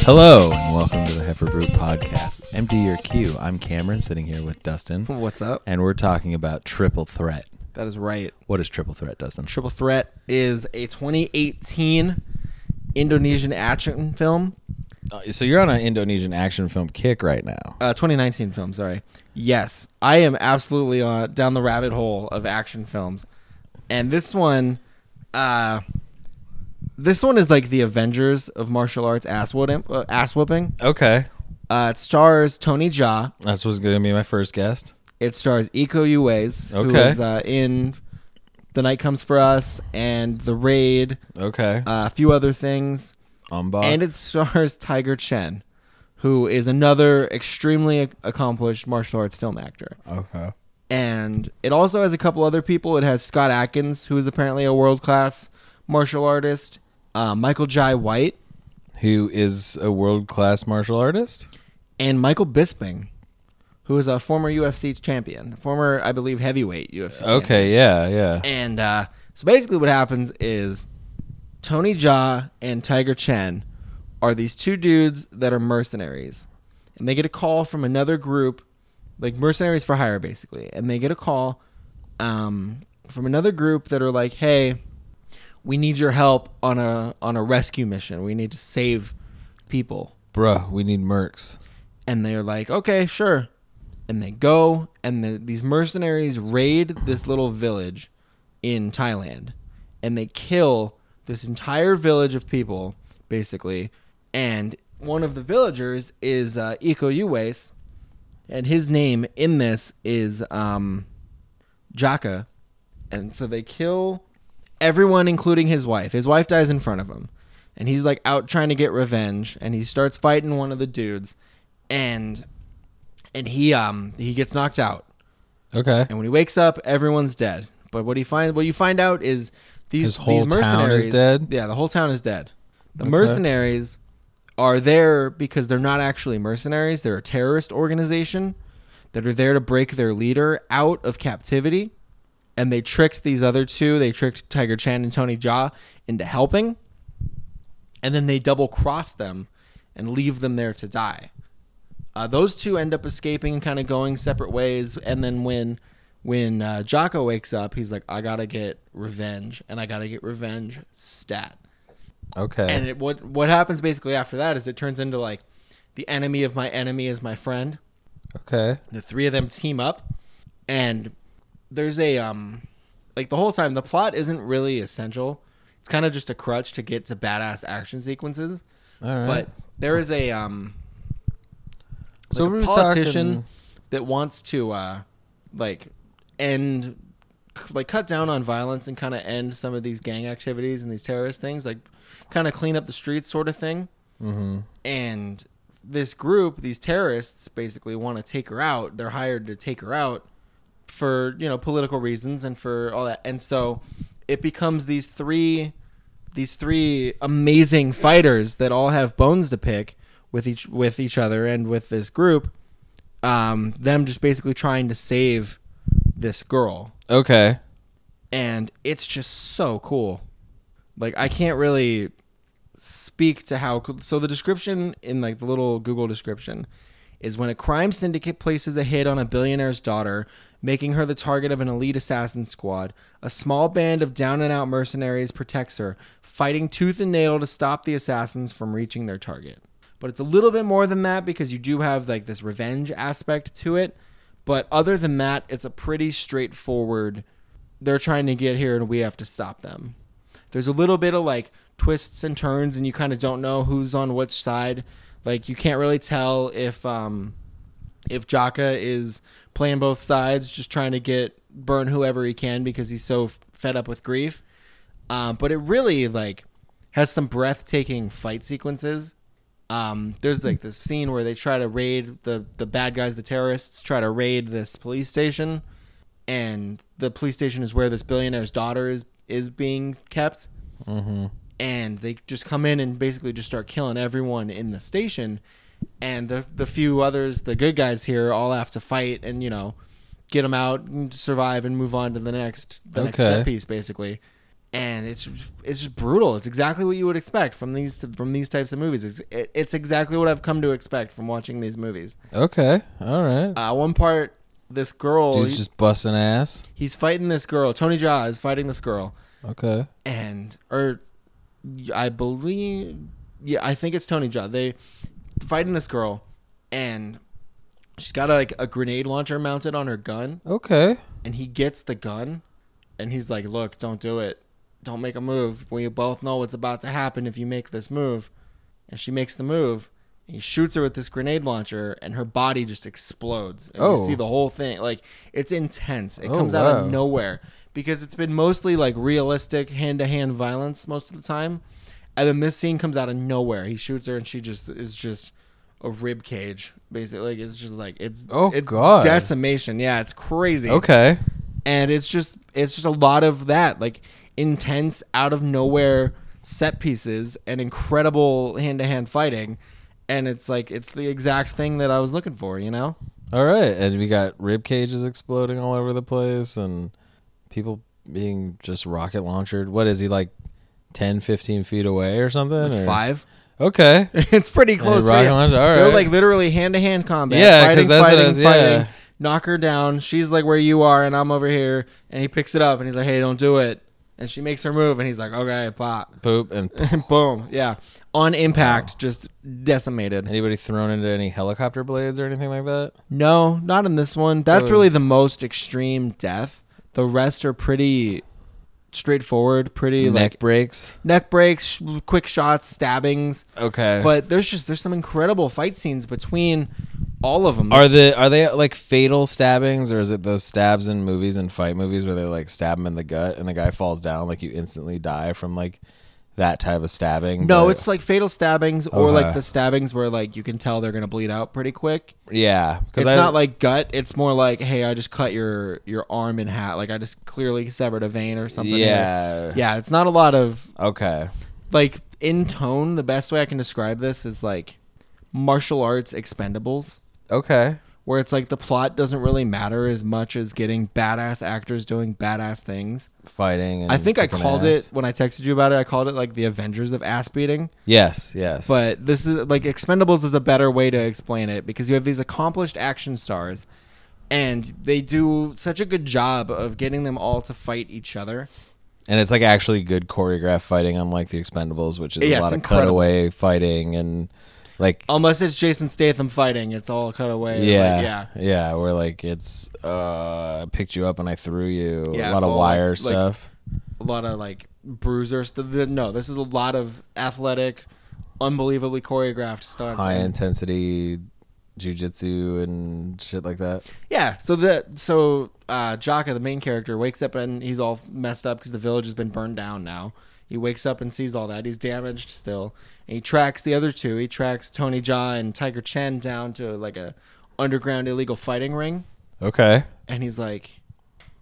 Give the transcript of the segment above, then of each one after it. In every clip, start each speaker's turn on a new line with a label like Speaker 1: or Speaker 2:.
Speaker 1: Hello and welcome to the Heifer Brew Podcast. Empty your queue. I'm Cameron, sitting here with Dustin,
Speaker 2: What's up?
Speaker 1: and we're talking about triple threat.
Speaker 2: That is right.
Speaker 1: What is triple threat, Dustin?
Speaker 2: Triple Threat is a 2018 Indonesian action film.
Speaker 1: Uh, so you're on an Indonesian action film kick right now.
Speaker 2: Uh, 2019 film, sorry. Yes, I am absolutely on, down the rabbit hole of action films. And this one, uh, this one is like the Avengers of martial arts ass whooping. Uh, ass whooping.
Speaker 1: Okay,
Speaker 2: Uh, it stars Tony Jaa.
Speaker 1: that's what's going to be my first guest.
Speaker 2: It stars Iko Uwais, who
Speaker 1: Okay.
Speaker 2: is uh, in The Night Comes for Us and The Raid,
Speaker 1: Okay,
Speaker 2: uh, a few other things.
Speaker 1: Umbach.
Speaker 2: and it stars Tiger Chen, who is another extremely ac- accomplished martial arts film actor.
Speaker 1: okay.
Speaker 2: And it also has a couple other people. It has Scott Atkins, who is apparently a world class martial artist. Uh, Michael Jai White
Speaker 1: Who is a world class martial artist?
Speaker 2: and Michael Bisping, who is a former UFC champion, former I believe heavyweight UFC. champion.
Speaker 1: Okay, yeah, yeah.
Speaker 2: And uh, so basically, what happens is Tony Jaa and Tiger Chen are these two dudes that are mercenaries, and they get a call from another group, like mercenaries for hire, basically. And they get a call um, from another group that are like, "Hey, we need your help on a on a rescue mission. We need to save people."
Speaker 1: Bruh, we need mercs.
Speaker 2: and they're like, okay, sure. And they go, and the, these mercenaries raid this little village in Thailand, and they kill this entire village of people, basically. And one of the villagers is uh, Iko Uwais, and his name in this is um, Jaka. And so they kill everyone, including his wife. His wife dies in front of him. And he's like out trying to get revenge. And he starts fighting one of the dudes. And and he um he gets knocked out.
Speaker 1: Okay,
Speaker 2: And when he wakes up, everyone's dead. But what he find what you find out is these
Speaker 1: His whole town
Speaker 2: these
Speaker 1: is
Speaker 2: mercenaries
Speaker 1: dead?
Speaker 2: Yeah, the whole town is dead. The
Speaker 1: Okay.
Speaker 2: mercenaries are there because they're not actually mercenaries. They're a terrorist organization that are there to break their leader out of captivity. And they tricked these other two. They tricked Tiger Chan and Tony Jaa into helping. And then they double cross them and leave them there to die. Uh, those two end up escaping, kind of going separate ways. And then when when uh, Jocko wakes up, he's like, "I gotta get revenge, and I gotta get revenge." Stat.
Speaker 1: okay.
Speaker 2: And it, what what happens basically after that is it turns into like the enemy of my enemy is my friend.
Speaker 1: okay.
Speaker 2: The three of them team up, and there's a um like the whole time the plot isn't really essential. It's kind of just a crutch to get to badass action sequences.
Speaker 1: All right.
Speaker 2: But there is a um
Speaker 1: So
Speaker 2: like
Speaker 1: we
Speaker 2: a
Speaker 1: were
Speaker 2: politician
Speaker 1: talking-
Speaker 2: that wants to uh like end like cut down on violence and kind of end some of these gang activities and these terrorist things like kind of clean up the streets sort of thing
Speaker 1: Mhm.
Speaker 2: and this group these terrorists basically want to take her out they're hired to take her out for you know political reasons and for all that and so it becomes these three these three amazing fighters that all have bones to pick with each with each other and with this group um them just basically trying to save this girl
Speaker 1: Okay.
Speaker 2: and it's just so cool. Like I can't really speak to how cool. So the description in like the little Google description is when a crime syndicate places a hit on a billionaire's daughter, making her the target of an elite assassin squad. A small band of down and out mercenaries protects her, fighting tooth and nail to stop the assassins from reaching their target. But it's a little bit more than that because you do have like this revenge aspect to it. But other than that, it's a pretty straightforward. They're trying to get here, and we have to stop them. There's a little bit of like twists and turns, and you kind of don't know who's on which side. Like you can't really tell if um, if Jaka is playing both sides, just trying to get burn whoever he can because he's so f- fed up with grief. Um, but it really like has some breathtaking fight sequences. Um, there's like this scene where they try to raid the the bad guys, the terrorists try to raid this police station, and the police station is where this billionaire's daughter is is being kept
Speaker 1: Mm-hmm.
Speaker 2: and they just come in and basically just start killing everyone in the station and the the few others the good guys here all have to fight and you know get them out and survive and move on to the next the next
Speaker 1: Okay.
Speaker 2: set piece basically and it's it's just brutal. It's exactly what you would expect from these from these types of movies. It's it, it's exactly what I've come to expect from watching these movies.
Speaker 1: Okay. All right.
Speaker 2: Uh, one part, this girl,
Speaker 1: Dude's just busting ass.
Speaker 2: he's fighting this girl. Tony Jaa is fighting this girl,
Speaker 1: Okay.
Speaker 2: and or I believe yeah, I think it's Tony Jaa. They fighting this girl and she's got like a grenade launcher mounted on her gun
Speaker 1: Okay.
Speaker 2: and he gets the gun and he's like, "Look, don't do it. Don't make a move. We both know what's about to happen if you make this move." And she makes the move. And he shoots her with this grenade launcher and her body just explodes. And
Speaker 1: Oh.
Speaker 2: you see the whole thing. Like it's intense. It
Speaker 1: Oh,
Speaker 2: comes out
Speaker 1: wow.
Speaker 2: of nowhere because it's been mostly like realistic hand-to-hand violence most of the time. And then this scene comes out of nowhere. He shoots her and she just is just a rib cage basically. Like it's just like it's
Speaker 1: Oh,
Speaker 2: it's
Speaker 1: God.
Speaker 2: decimation. Yeah, it's crazy
Speaker 1: Okay.
Speaker 2: and it's just it's just a lot of that like intense out of nowhere set pieces and incredible hand-to-hand fighting and it's like it's the exact thing that i was looking for you know
Speaker 1: All right. And we got rib cages exploding all over the place and people being just rocket launchered. What is he like 10, 15 feet away or something?
Speaker 2: Like
Speaker 1: or-
Speaker 2: five
Speaker 1: Okay.
Speaker 2: it's pretty close
Speaker 1: rocket
Speaker 2: yeah.
Speaker 1: launch- all
Speaker 2: they're
Speaker 1: right.
Speaker 2: like literally hand-to-hand combat
Speaker 1: Yeah, 'cause
Speaker 2: fighting
Speaker 1: that's what I
Speaker 2: fighting
Speaker 1: was-
Speaker 2: fighting
Speaker 1: yeah.
Speaker 2: knock her down she's like where you are and i'm over here and he picks it up and he's like hey don't do it and she makes her move and he's like okay pop
Speaker 1: Poop. And
Speaker 2: and boom yeah on impact just decimated
Speaker 1: anybody thrown into any helicopter blades or anything like that?
Speaker 2: No, not in this one. That's
Speaker 1: it
Speaker 2: really
Speaker 1: was-
Speaker 2: the most extreme death. The rest are pretty straightforward, pretty
Speaker 1: Neck
Speaker 2: like
Speaker 1: breaks.
Speaker 2: neck breaks, sh- quick shots, stabbings.
Speaker 1: Okay.
Speaker 2: But there's just there's some incredible fight scenes between all of them.
Speaker 1: Are the are they like fatal stabbings or is it those stabs in movies and fight movies where they like stab him in the gut and the guy falls down like you instantly die from like that type of stabbing?
Speaker 2: no,
Speaker 1: but-
Speaker 2: it's like fatal stabbings or like
Speaker 1: Okay.
Speaker 2: the stabbings where like you can tell they're gonna bleed out pretty quick.
Speaker 1: yeah,
Speaker 2: It's not like gut. It's more like, hey, I just cut your your arm in half. Like I just clearly severed a vein or something. here.
Speaker 1: yeah,
Speaker 2: yeah. It's not a lot of
Speaker 1: Okay,
Speaker 2: like in tone the best way i can describe this is like martial arts expendables
Speaker 1: okay,
Speaker 2: where it's like the plot doesn't really matter as much as getting badass actors doing badass things
Speaker 1: fighting. And
Speaker 2: i think i
Speaker 1: kicking
Speaker 2: called
Speaker 1: ass.
Speaker 2: it when i texted you about it i called it like the avengers of ass beating
Speaker 1: Yes, yes,
Speaker 2: but this is like expendables is a better way to explain it because you have these accomplished action stars and they do such a good job of getting them all to fight each other
Speaker 1: and it's like actually good choreographed fighting, unlike the Expendables, which is
Speaker 2: Yeah,
Speaker 1: a
Speaker 2: it's
Speaker 1: lot of
Speaker 2: incredible.
Speaker 1: cutaway fighting and like
Speaker 2: unless it's jason statham fighting it's all cut away like,
Speaker 1: yeah,
Speaker 2: yeah
Speaker 1: yeah, where like it's uh, I picked you up and I threw you.
Speaker 2: Yeah,
Speaker 1: a lot
Speaker 2: it's
Speaker 1: of
Speaker 2: all,
Speaker 1: wire
Speaker 2: like-
Speaker 1: stuff.
Speaker 2: a lot of like bruiser stuff. No, this is a lot of athletic, unbelievably choreographed stunts.
Speaker 1: high
Speaker 2: And-
Speaker 1: intensity jujitsu and shit like that.
Speaker 2: Yeah. So the so uh, Jaka, the main character, wakes up and he's all messed up because the village has been burned down now. He wakes up and sees all that. He's damaged still. And he tracks the other two. He tracks Tony Jaa and Tiger Chen down to like a underground illegal fighting ring.
Speaker 1: Okay.
Speaker 2: And he's like,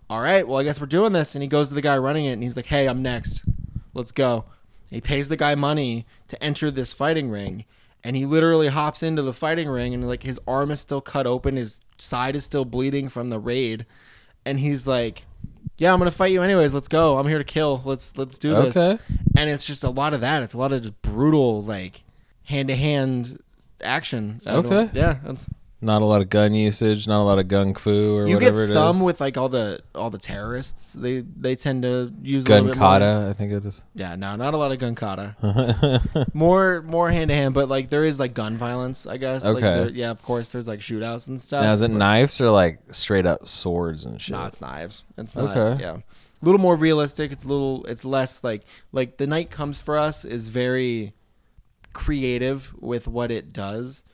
Speaker 2: "All right, well, I guess we're doing this." And he goes to the guy running it, and he's like, "Hey, I'm next. Let's go." He pays the guy money to enter this fighting ring, and he literally hops into the fighting ring, and like his arm is still cut open, his side is still bleeding from the raid, and he's like, "Yeah, I'm gonna fight you anyways. Let's go. I'm here to kill. Let's let's do this."
Speaker 1: Okay.
Speaker 2: And it's just a lot of that. It's a lot of just brutal like hand to hand action. I don't-
Speaker 1: Okay.
Speaker 2: Yeah, that's
Speaker 1: Not a lot of gun usage, not a lot of gung fu or
Speaker 2: you
Speaker 1: whatever
Speaker 2: get
Speaker 1: it is.
Speaker 2: some with like all the all the terrorists. They they tend to use a
Speaker 1: gun
Speaker 2: little bit more-
Speaker 1: kata, I think it is.
Speaker 2: Yeah, no, not a lot of gun kata. more more hand to hand, but like there is like gun violence. I guess. Like,
Speaker 1: Okay.
Speaker 2: there- yeah, of course. There's like shootouts and stuff.
Speaker 1: Now is it
Speaker 2: but-
Speaker 1: knives or like straight up swords and shit?
Speaker 2: No, it's knives. It's not.
Speaker 1: Okay.
Speaker 2: Yeah. A little more realistic. It's a little. It's less like like the night comes for us is very creative with what it does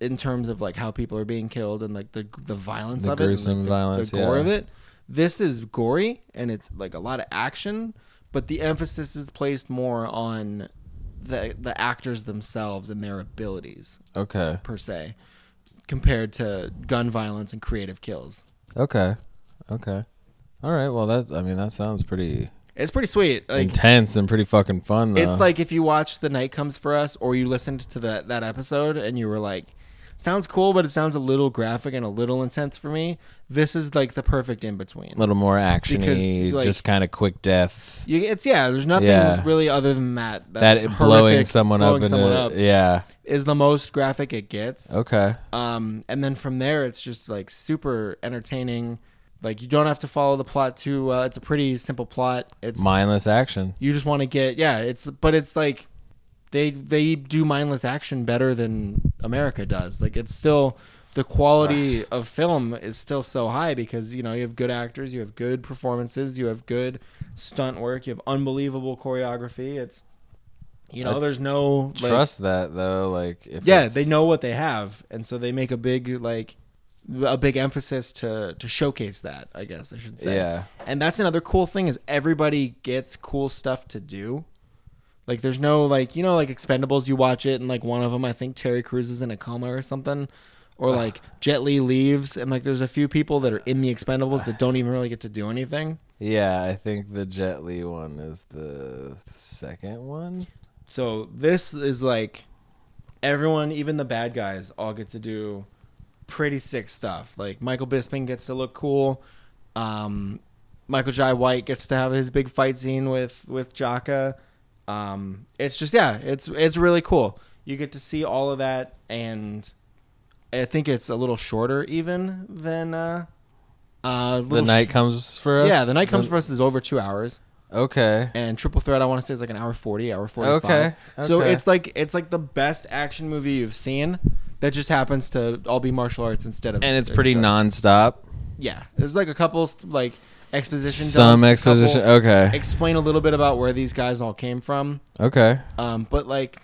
Speaker 2: in terms of like how people are being killed and like the the violence
Speaker 1: The
Speaker 2: of it, and, like,
Speaker 1: gruesome
Speaker 2: the,
Speaker 1: violence,
Speaker 2: the gore
Speaker 1: yeah.
Speaker 2: of it. This is gory and it's like a lot of action, but the emphasis is placed more on the the actors themselves and their abilities
Speaker 1: Okay.
Speaker 2: per se, compared to gun violence and creative kills.
Speaker 1: Okay. Okay. All right. Well, that I mean that sounds pretty
Speaker 2: It's pretty sweet. Like
Speaker 1: intense and pretty fucking fun though.
Speaker 2: It's like if you watched The Night Comes for Us or you listened to that that episode and you were like, sounds cool, but it sounds a little graphic and a little intense for me. This is like the perfect in between.
Speaker 1: A little more actiony,
Speaker 2: Because, like-
Speaker 1: just kind of quick death.
Speaker 2: You, it's yeah. There's nothing
Speaker 1: Yeah.
Speaker 2: really other than that.
Speaker 1: That it- blowing
Speaker 2: Uh, horrific
Speaker 1: someone
Speaker 2: blowing
Speaker 1: up in
Speaker 2: someone
Speaker 1: a,
Speaker 2: up
Speaker 1: yeah.
Speaker 2: is the most graphic it gets.
Speaker 1: Okay.
Speaker 2: Um, and then from there, it's just like super entertaining. Like you don't have to follow the plot too. Uh, it's a pretty simple plot. It's
Speaker 1: Mindless action.
Speaker 2: you just want to get yeah. It's but it's like they they do mindless action better than America does. Like it's still the quality of film is still so high because you know you have good actors, you have good performances, you have good stunt work, you have unbelievable choreography. It's you know
Speaker 1: I
Speaker 2: there's no like,
Speaker 1: Trust that though. Like if
Speaker 2: yeah
Speaker 1: it's-
Speaker 2: they know what they have and so they make a big like a big emphasis to to showcase that i guess i should say
Speaker 1: Yeah.
Speaker 2: and that's another cool thing is everybody gets cool stuff to do like there's no like you know like expendables you watch it and like one of them i think terry Crews is in a coma or something or like jet li leaves and like there's a few people that are in the expendables that don't even really get to do anything
Speaker 1: Yeah, I think the Jet Li one is the second one.
Speaker 2: So this is like everyone, even the bad guys, all get to do pretty sick stuff. Like Michael Bisping gets to look cool. Um, Michael Jai White gets to have his big fight scene with with Jaka. Um, it's just yeah, it's it's really cool. You get to see all of that, and I think it's a little shorter even than uh, uh,
Speaker 1: The
Speaker 2: little
Speaker 1: night
Speaker 2: sh-
Speaker 1: comes for us.
Speaker 2: yeah, the night comes for us is over two hours
Speaker 1: Okay.
Speaker 2: and Triple Threat I want to say is like an hour forty, hour forty five.
Speaker 1: Okay,
Speaker 2: So
Speaker 1: okay.
Speaker 2: it's like it's like the best action movie you've seen that just happens to all be martial arts instead of
Speaker 1: And it's pretty
Speaker 2: uh,
Speaker 1: nonstop.
Speaker 2: Yeah, there's like a couple st- like exposition.
Speaker 1: Some
Speaker 2: dumps, a
Speaker 1: exposition.
Speaker 2: couple-
Speaker 1: Okay.
Speaker 2: Explain a little bit about where these guys all came from,
Speaker 1: Okay.
Speaker 2: um, but like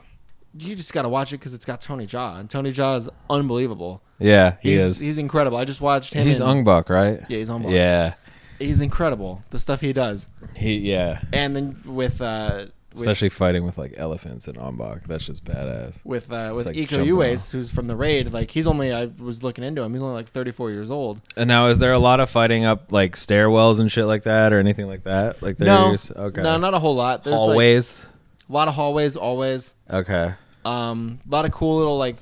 Speaker 2: you just got to watch it because it's got Tony Jaa and Tony Jaa is unbelievable.
Speaker 1: Yeah, he
Speaker 2: he's,
Speaker 1: is.
Speaker 2: He's incredible. I just watched him.
Speaker 1: He's
Speaker 2: in-
Speaker 1: Ung Bak, right?
Speaker 2: Yeah, he's Ung Bak.
Speaker 1: Yeah.
Speaker 2: He's incredible. The stuff he does,
Speaker 1: He yeah.
Speaker 2: and then with uh, with
Speaker 1: Especially fighting with like elephants and Ombak. That's just badass.
Speaker 2: with uh, with
Speaker 1: like
Speaker 2: Iko
Speaker 1: jumping
Speaker 2: Uwais, who's from the raid. Like he's only I was looking into him. He's only like 34 years old.
Speaker 1: And now is there a lot of fighting up like stairwells and shit like that or anything like that? Like
Speaker 2: No,
Speaker 1: there's okay.
Speaker 2: no, not a whole lot. There's like,
Speaker 1: Always.
Speaker 2: a lot of hallways, always.
Speaker 1: okay.
Speaker 2: Um, a lot of cool little like.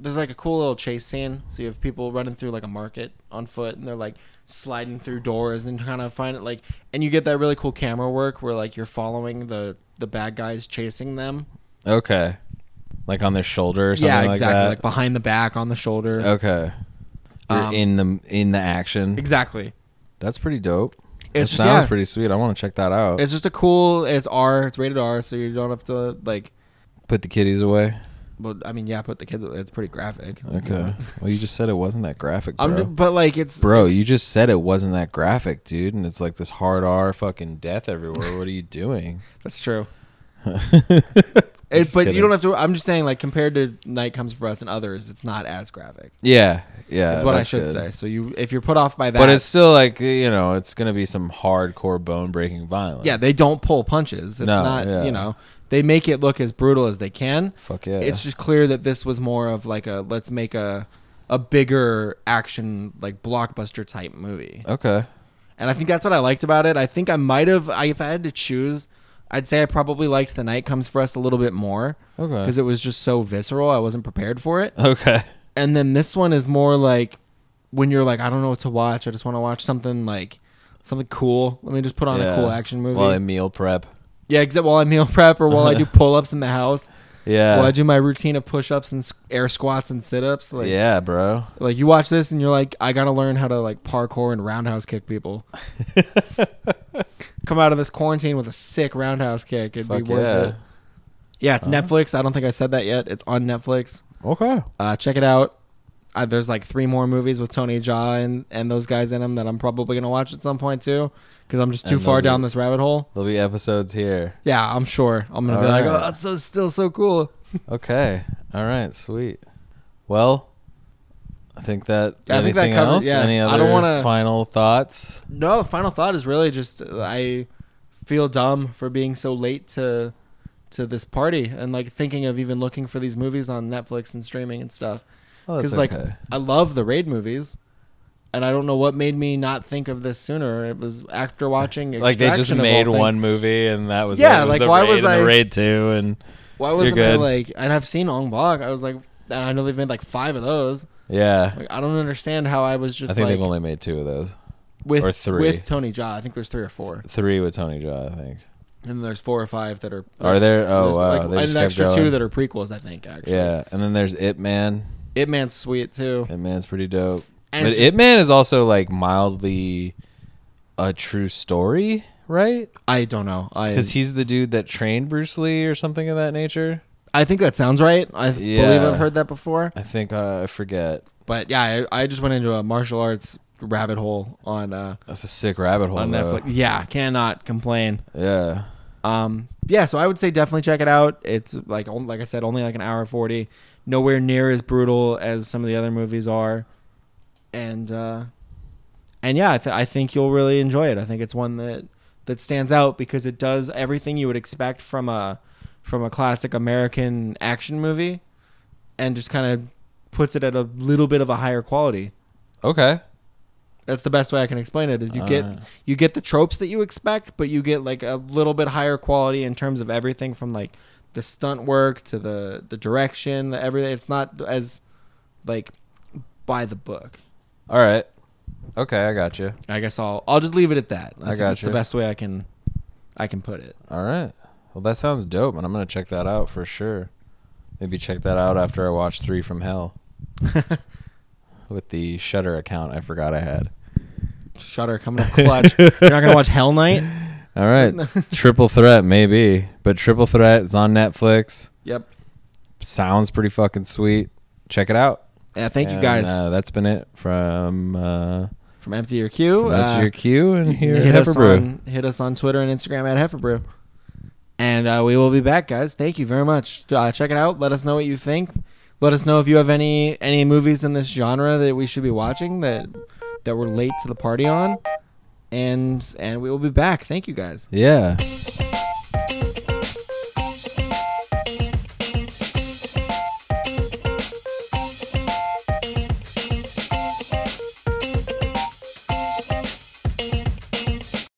Speaker 2: There's like a cool little chase scene. So you have people running through like a market on foot, and they're like sliding through doors and trying to find it. Like, and you get that really cool camera work where like you're following the the bad guys chasing them.
Speaker 1: Okay. Like on their shoulder or something
Speaker 2: yeah,
Speaker 1: like
Speaker 2: exactly.
Speaker 1: that. Oh.
Speaker 2: Like behind the back, on the shoulder.
Speaker 1: Okay. You're
Speaker 2: Um,
Speaker 1: in the in the action.
Speaker 2: Exactly.
Speaker 1: That's pretty dope. It
Speaker 2: It's just-
Speaker 1: sounds
Speaker 2: yeah.
Speaker 1: pretty sweet. I want to check that out.
Speaker 2: It's just a cool. It's R. It's rated R, so you don't have to like.
Speaker 1: Put the kitties away.
Speaker 2: Well, I mean, yeah, but the kids. It's pretty graphic.
Speaker 1: Okay. well, you just said it wasn't that graphic, bro.
Speaker 2: I'm, ju- but like it's
Speaker 1: bro, you just said it wasn't that graphic, dude. And it's like this hard R, fucking death everywhere. What are you doing?
Speaker 2: that's true. It's,
Speaker 1: Just
Speaker 2: but
Speaker 1: kidding.
Speaker 2: you don't have to. I'm just saying, like compared to Night Comes for Us and others, it's not as graphic.
Speaker 1: Yeah, yeah.
Speaker 2: Is what I
Speaker 1: Uh, that's
Speaker 2: should
Speaker 1: good.
Speaker 2: say. So you, if you're put off by that,
Speaker 1: But it's still like you know, it's gonna be some hardcore bone breaking violence.
Speaker 2: yeah, they don't pull punches. It's
Speaker 1: No,
Speaker 2: not
Speaker 1: yeah.
Speaker 2: you know they make it look as brutal as they can.
Speaker 1: fuck yeah.
Speaker 2: It's just clear that this was more of like a let's make a a bigger action like blockbuster type movie.
Speaker 1: okay.
Speaker 2: And I think that's what I liked about it. I think I might have, I, if I had to choose, I'd say I probably liked The Night Comes For Us a little bit more
Speaker 1: Okay.
Speaker 2: because it was just so visceral. I wasn't prepared for it.
Speaker 1: Okay.
Speaker 2: And then this one is more like when you're like, I don't know what to watch. I just want to watch something like something cool. Let me just put on
Speaker 1: Yeah.
Speaker 2: a cool action movie.
Speaker 1: While I meal prep.
Speaker 2: yeah, except while I meal prep or while I do pull ups in the house,
Speaker 1: Yeah.
Speaker 2: while I do my routine of push ups and s- air squats and sit ups. Like,
Speaker 1: yeah, bro.
Speaker 2: like you watch this and you're like, I gotta learn how to like parkour and roundhouse kick people. Come out of this quarantine with a sick roundhouse kick. It'd
Speaker 1: Fuck
Speaker 2: be worth
Speaker 1: yeah.
Speaker 2: it. Yeah, it's Netflix. I don't think I said that yet. It's on Netflix.
Speaker 1: Okay.
Speaker 2: Uh, check it out. Uh, there's like three more movies with Tony Jaa and, and those guys in them that I'm probably gonna watch at some point too, because I'm just too
Speaker 1: And
Speaker 2: far
Speaker 1: they'll
Speaker 2: down
Speaker 1: be-
Speaker 2: this rabbit hole.
Speaker 1: There'll be episodes here.
Speaker 2: Yeah, I'm sure. I'm gonna be
Speaker 1: All
Speaker 2: like,
Speaker 1: right.
Speaker 2: oh, that's so still so cool.
Speaker 1: Okay. All right. Sweet. Well, I think that.
Speaker 2: Yeah, I think that
Speaker 1: anything
Speaker 2: covers-
Speaker 1: else?
Speaker 2: yeah.
Speaker 1: Any
Speaker 2: I
Speaker 1: other
Speaker 2: don't wanna-
Speaker 1: final thoughts?
Speaker 2: No, final thought is really just uh, I feel dumb for being so late to to this party and like thinking of even looking for these movies on Netflix and streaming and stuff.
Speaker 1: Oh, that's
Speaker 2: Because like
Speaker 1: okay.
Speaker 2: I love the raid movies, and I don't know what made me not think of this sooner. It was after watching
Speaker 1: like they just
Speaker 2: Extraction of all
Speaker 1: made
Speaker 2: things.
Speaker 1: one movie and that was
Speaker 2: Yeah,
Speaker 1: it. It was
Speaker 2: like,
Speaker 1: the
Speaker 2: why
Speaker 1: raid
Speaker 2: was
Speaker 1: and the
Speaker 2: I-
Speaker 1: raid two and
Speaker 2: Why wasn't
Speaker 1: You're
Speaker 2: I
Speaker 1: good.
Speaker 2: like? And I've seen Ong Bak. I was like, I know they've made like five of those.
Speaker 1: Yeah.
Speaker 2: Like I don't understand how I was just
Speaker 1: I think
Speaker 2: like
Speaker 1: they've only made two of those.
Speaker 2: with
Speaker 1: or three.
Speaker 2: with Tony Jaa. I think there's three or four,
Speaker 1: Three with Tony Jaa, I think.
Speaker 2: and there's four or five that are.
Speaker 1: Are there? Oh,
Speaker 2: there's,
Speaker 1: wow.
Speaker 2: like
Speaker 1: they just
Speaker 2: an
Speaker 1: kept
Speaker 2: extra two
Speaker 1: going.
Speaker 2: that are prequels. I think actually.
Speaker 1: Yeah. And then there's It Man.
Speaker 2: It Man's sweet too.
Speaker 1: It Man's pretty dope.
Speaker 2: And
Speaker 1: but
Speaker 2: it's
Speaker 1: It
Speaker 2: just-
Speaker 1: Man is also like mildly a true story, right?
Speaker 2: I don't know. I
Speaker 1: Because he's the dude that trained Bruce Lee or something of that nature.
Speaker 2: I think that sounds right. I believe
Speaker 1: Yeah.
Speaker 2: I've heard that before.
Speaker 1: I think uh, I forget.
Speaker 2: But yeah, I, I just went into a martial arts rabbit hole on uh,
Speaker 1: That's a sick rabbit hole.
Speaker 2: on
Speaker 1: though.
Speaker 2: Netflix. Yeah, cannot complain.
Speaker 1: Yeah.
Speaker 2: Um, yeah, so I would say definitely check it out. It's like on- like I said, only like an hour forty. Nowhere near as brutal as some of the other movies are, and uh, and yeah, I, th- I think you'll really enjoy it. I think it's one that that stands out because it does everything you would expect from a from a classic American action movie, and just kind of puts it at a little bit of a higher quality.
Speaker 1: Okay.
Speaker 2: That's the best way I can explain it. Is you get
Speaker 1: Alright.
Speaker 2: you get the tropes that you expect, but you get like a little bit higher quality in terms of everything from like the stunt work to the the direction, the everything. It's not as like by the book.
Speaker 1: All right. Okay, I got you.
Speaker 2: I guess I'll I'll just leave it at that.
Speaker 1: I
Speaker 2: think
Speaker 1: got
Speaker 2: that's
Speaker 1: you.
Speaker 2: The best way I can I can put it.
Speaker 1: All right. Well, that sounds dope, and I'm gonna check that out for sure. Maybe check that out after I watch Three from Hell with the Shutter account I forgot I had.
Speaker 2: Shutter coming up clutch. You're not gonna watch Hell Night.
Speaker 1: All right, Triple Threat maybe, but Triple Threat is on Netflix.
Speaker 2: Yep.
Speaker 1: Sounds pretty fucking sweet. Check it out.
Speaker 2: Yeah. Thank you
Speaker 1: And,
Speaker 2: guys
Speaker 1: Uh, that's been it from uh,
Speaker 2: from Empty Your Queue.
Speaker 1: that's
Speaker 2: Uh,
Speaker 1: your cue and
Speaker 2: You can
Speaker 1: here
Speaker 2: hit
Speaker 1: at
Speaker 2: us
Speaker 1: Hefferbrew.
Speaker 2: on hit us on Twitter and Instagram at Hefferbrew. And uh, we will be back, guys. Thank you very much. Uh, check it out. Let us know what you think. Let us know if you have any any movies in this genre that we should be watching that that we're late to the party on. And and we will be back. Thank you, guys.
Speaker 1: Yeah.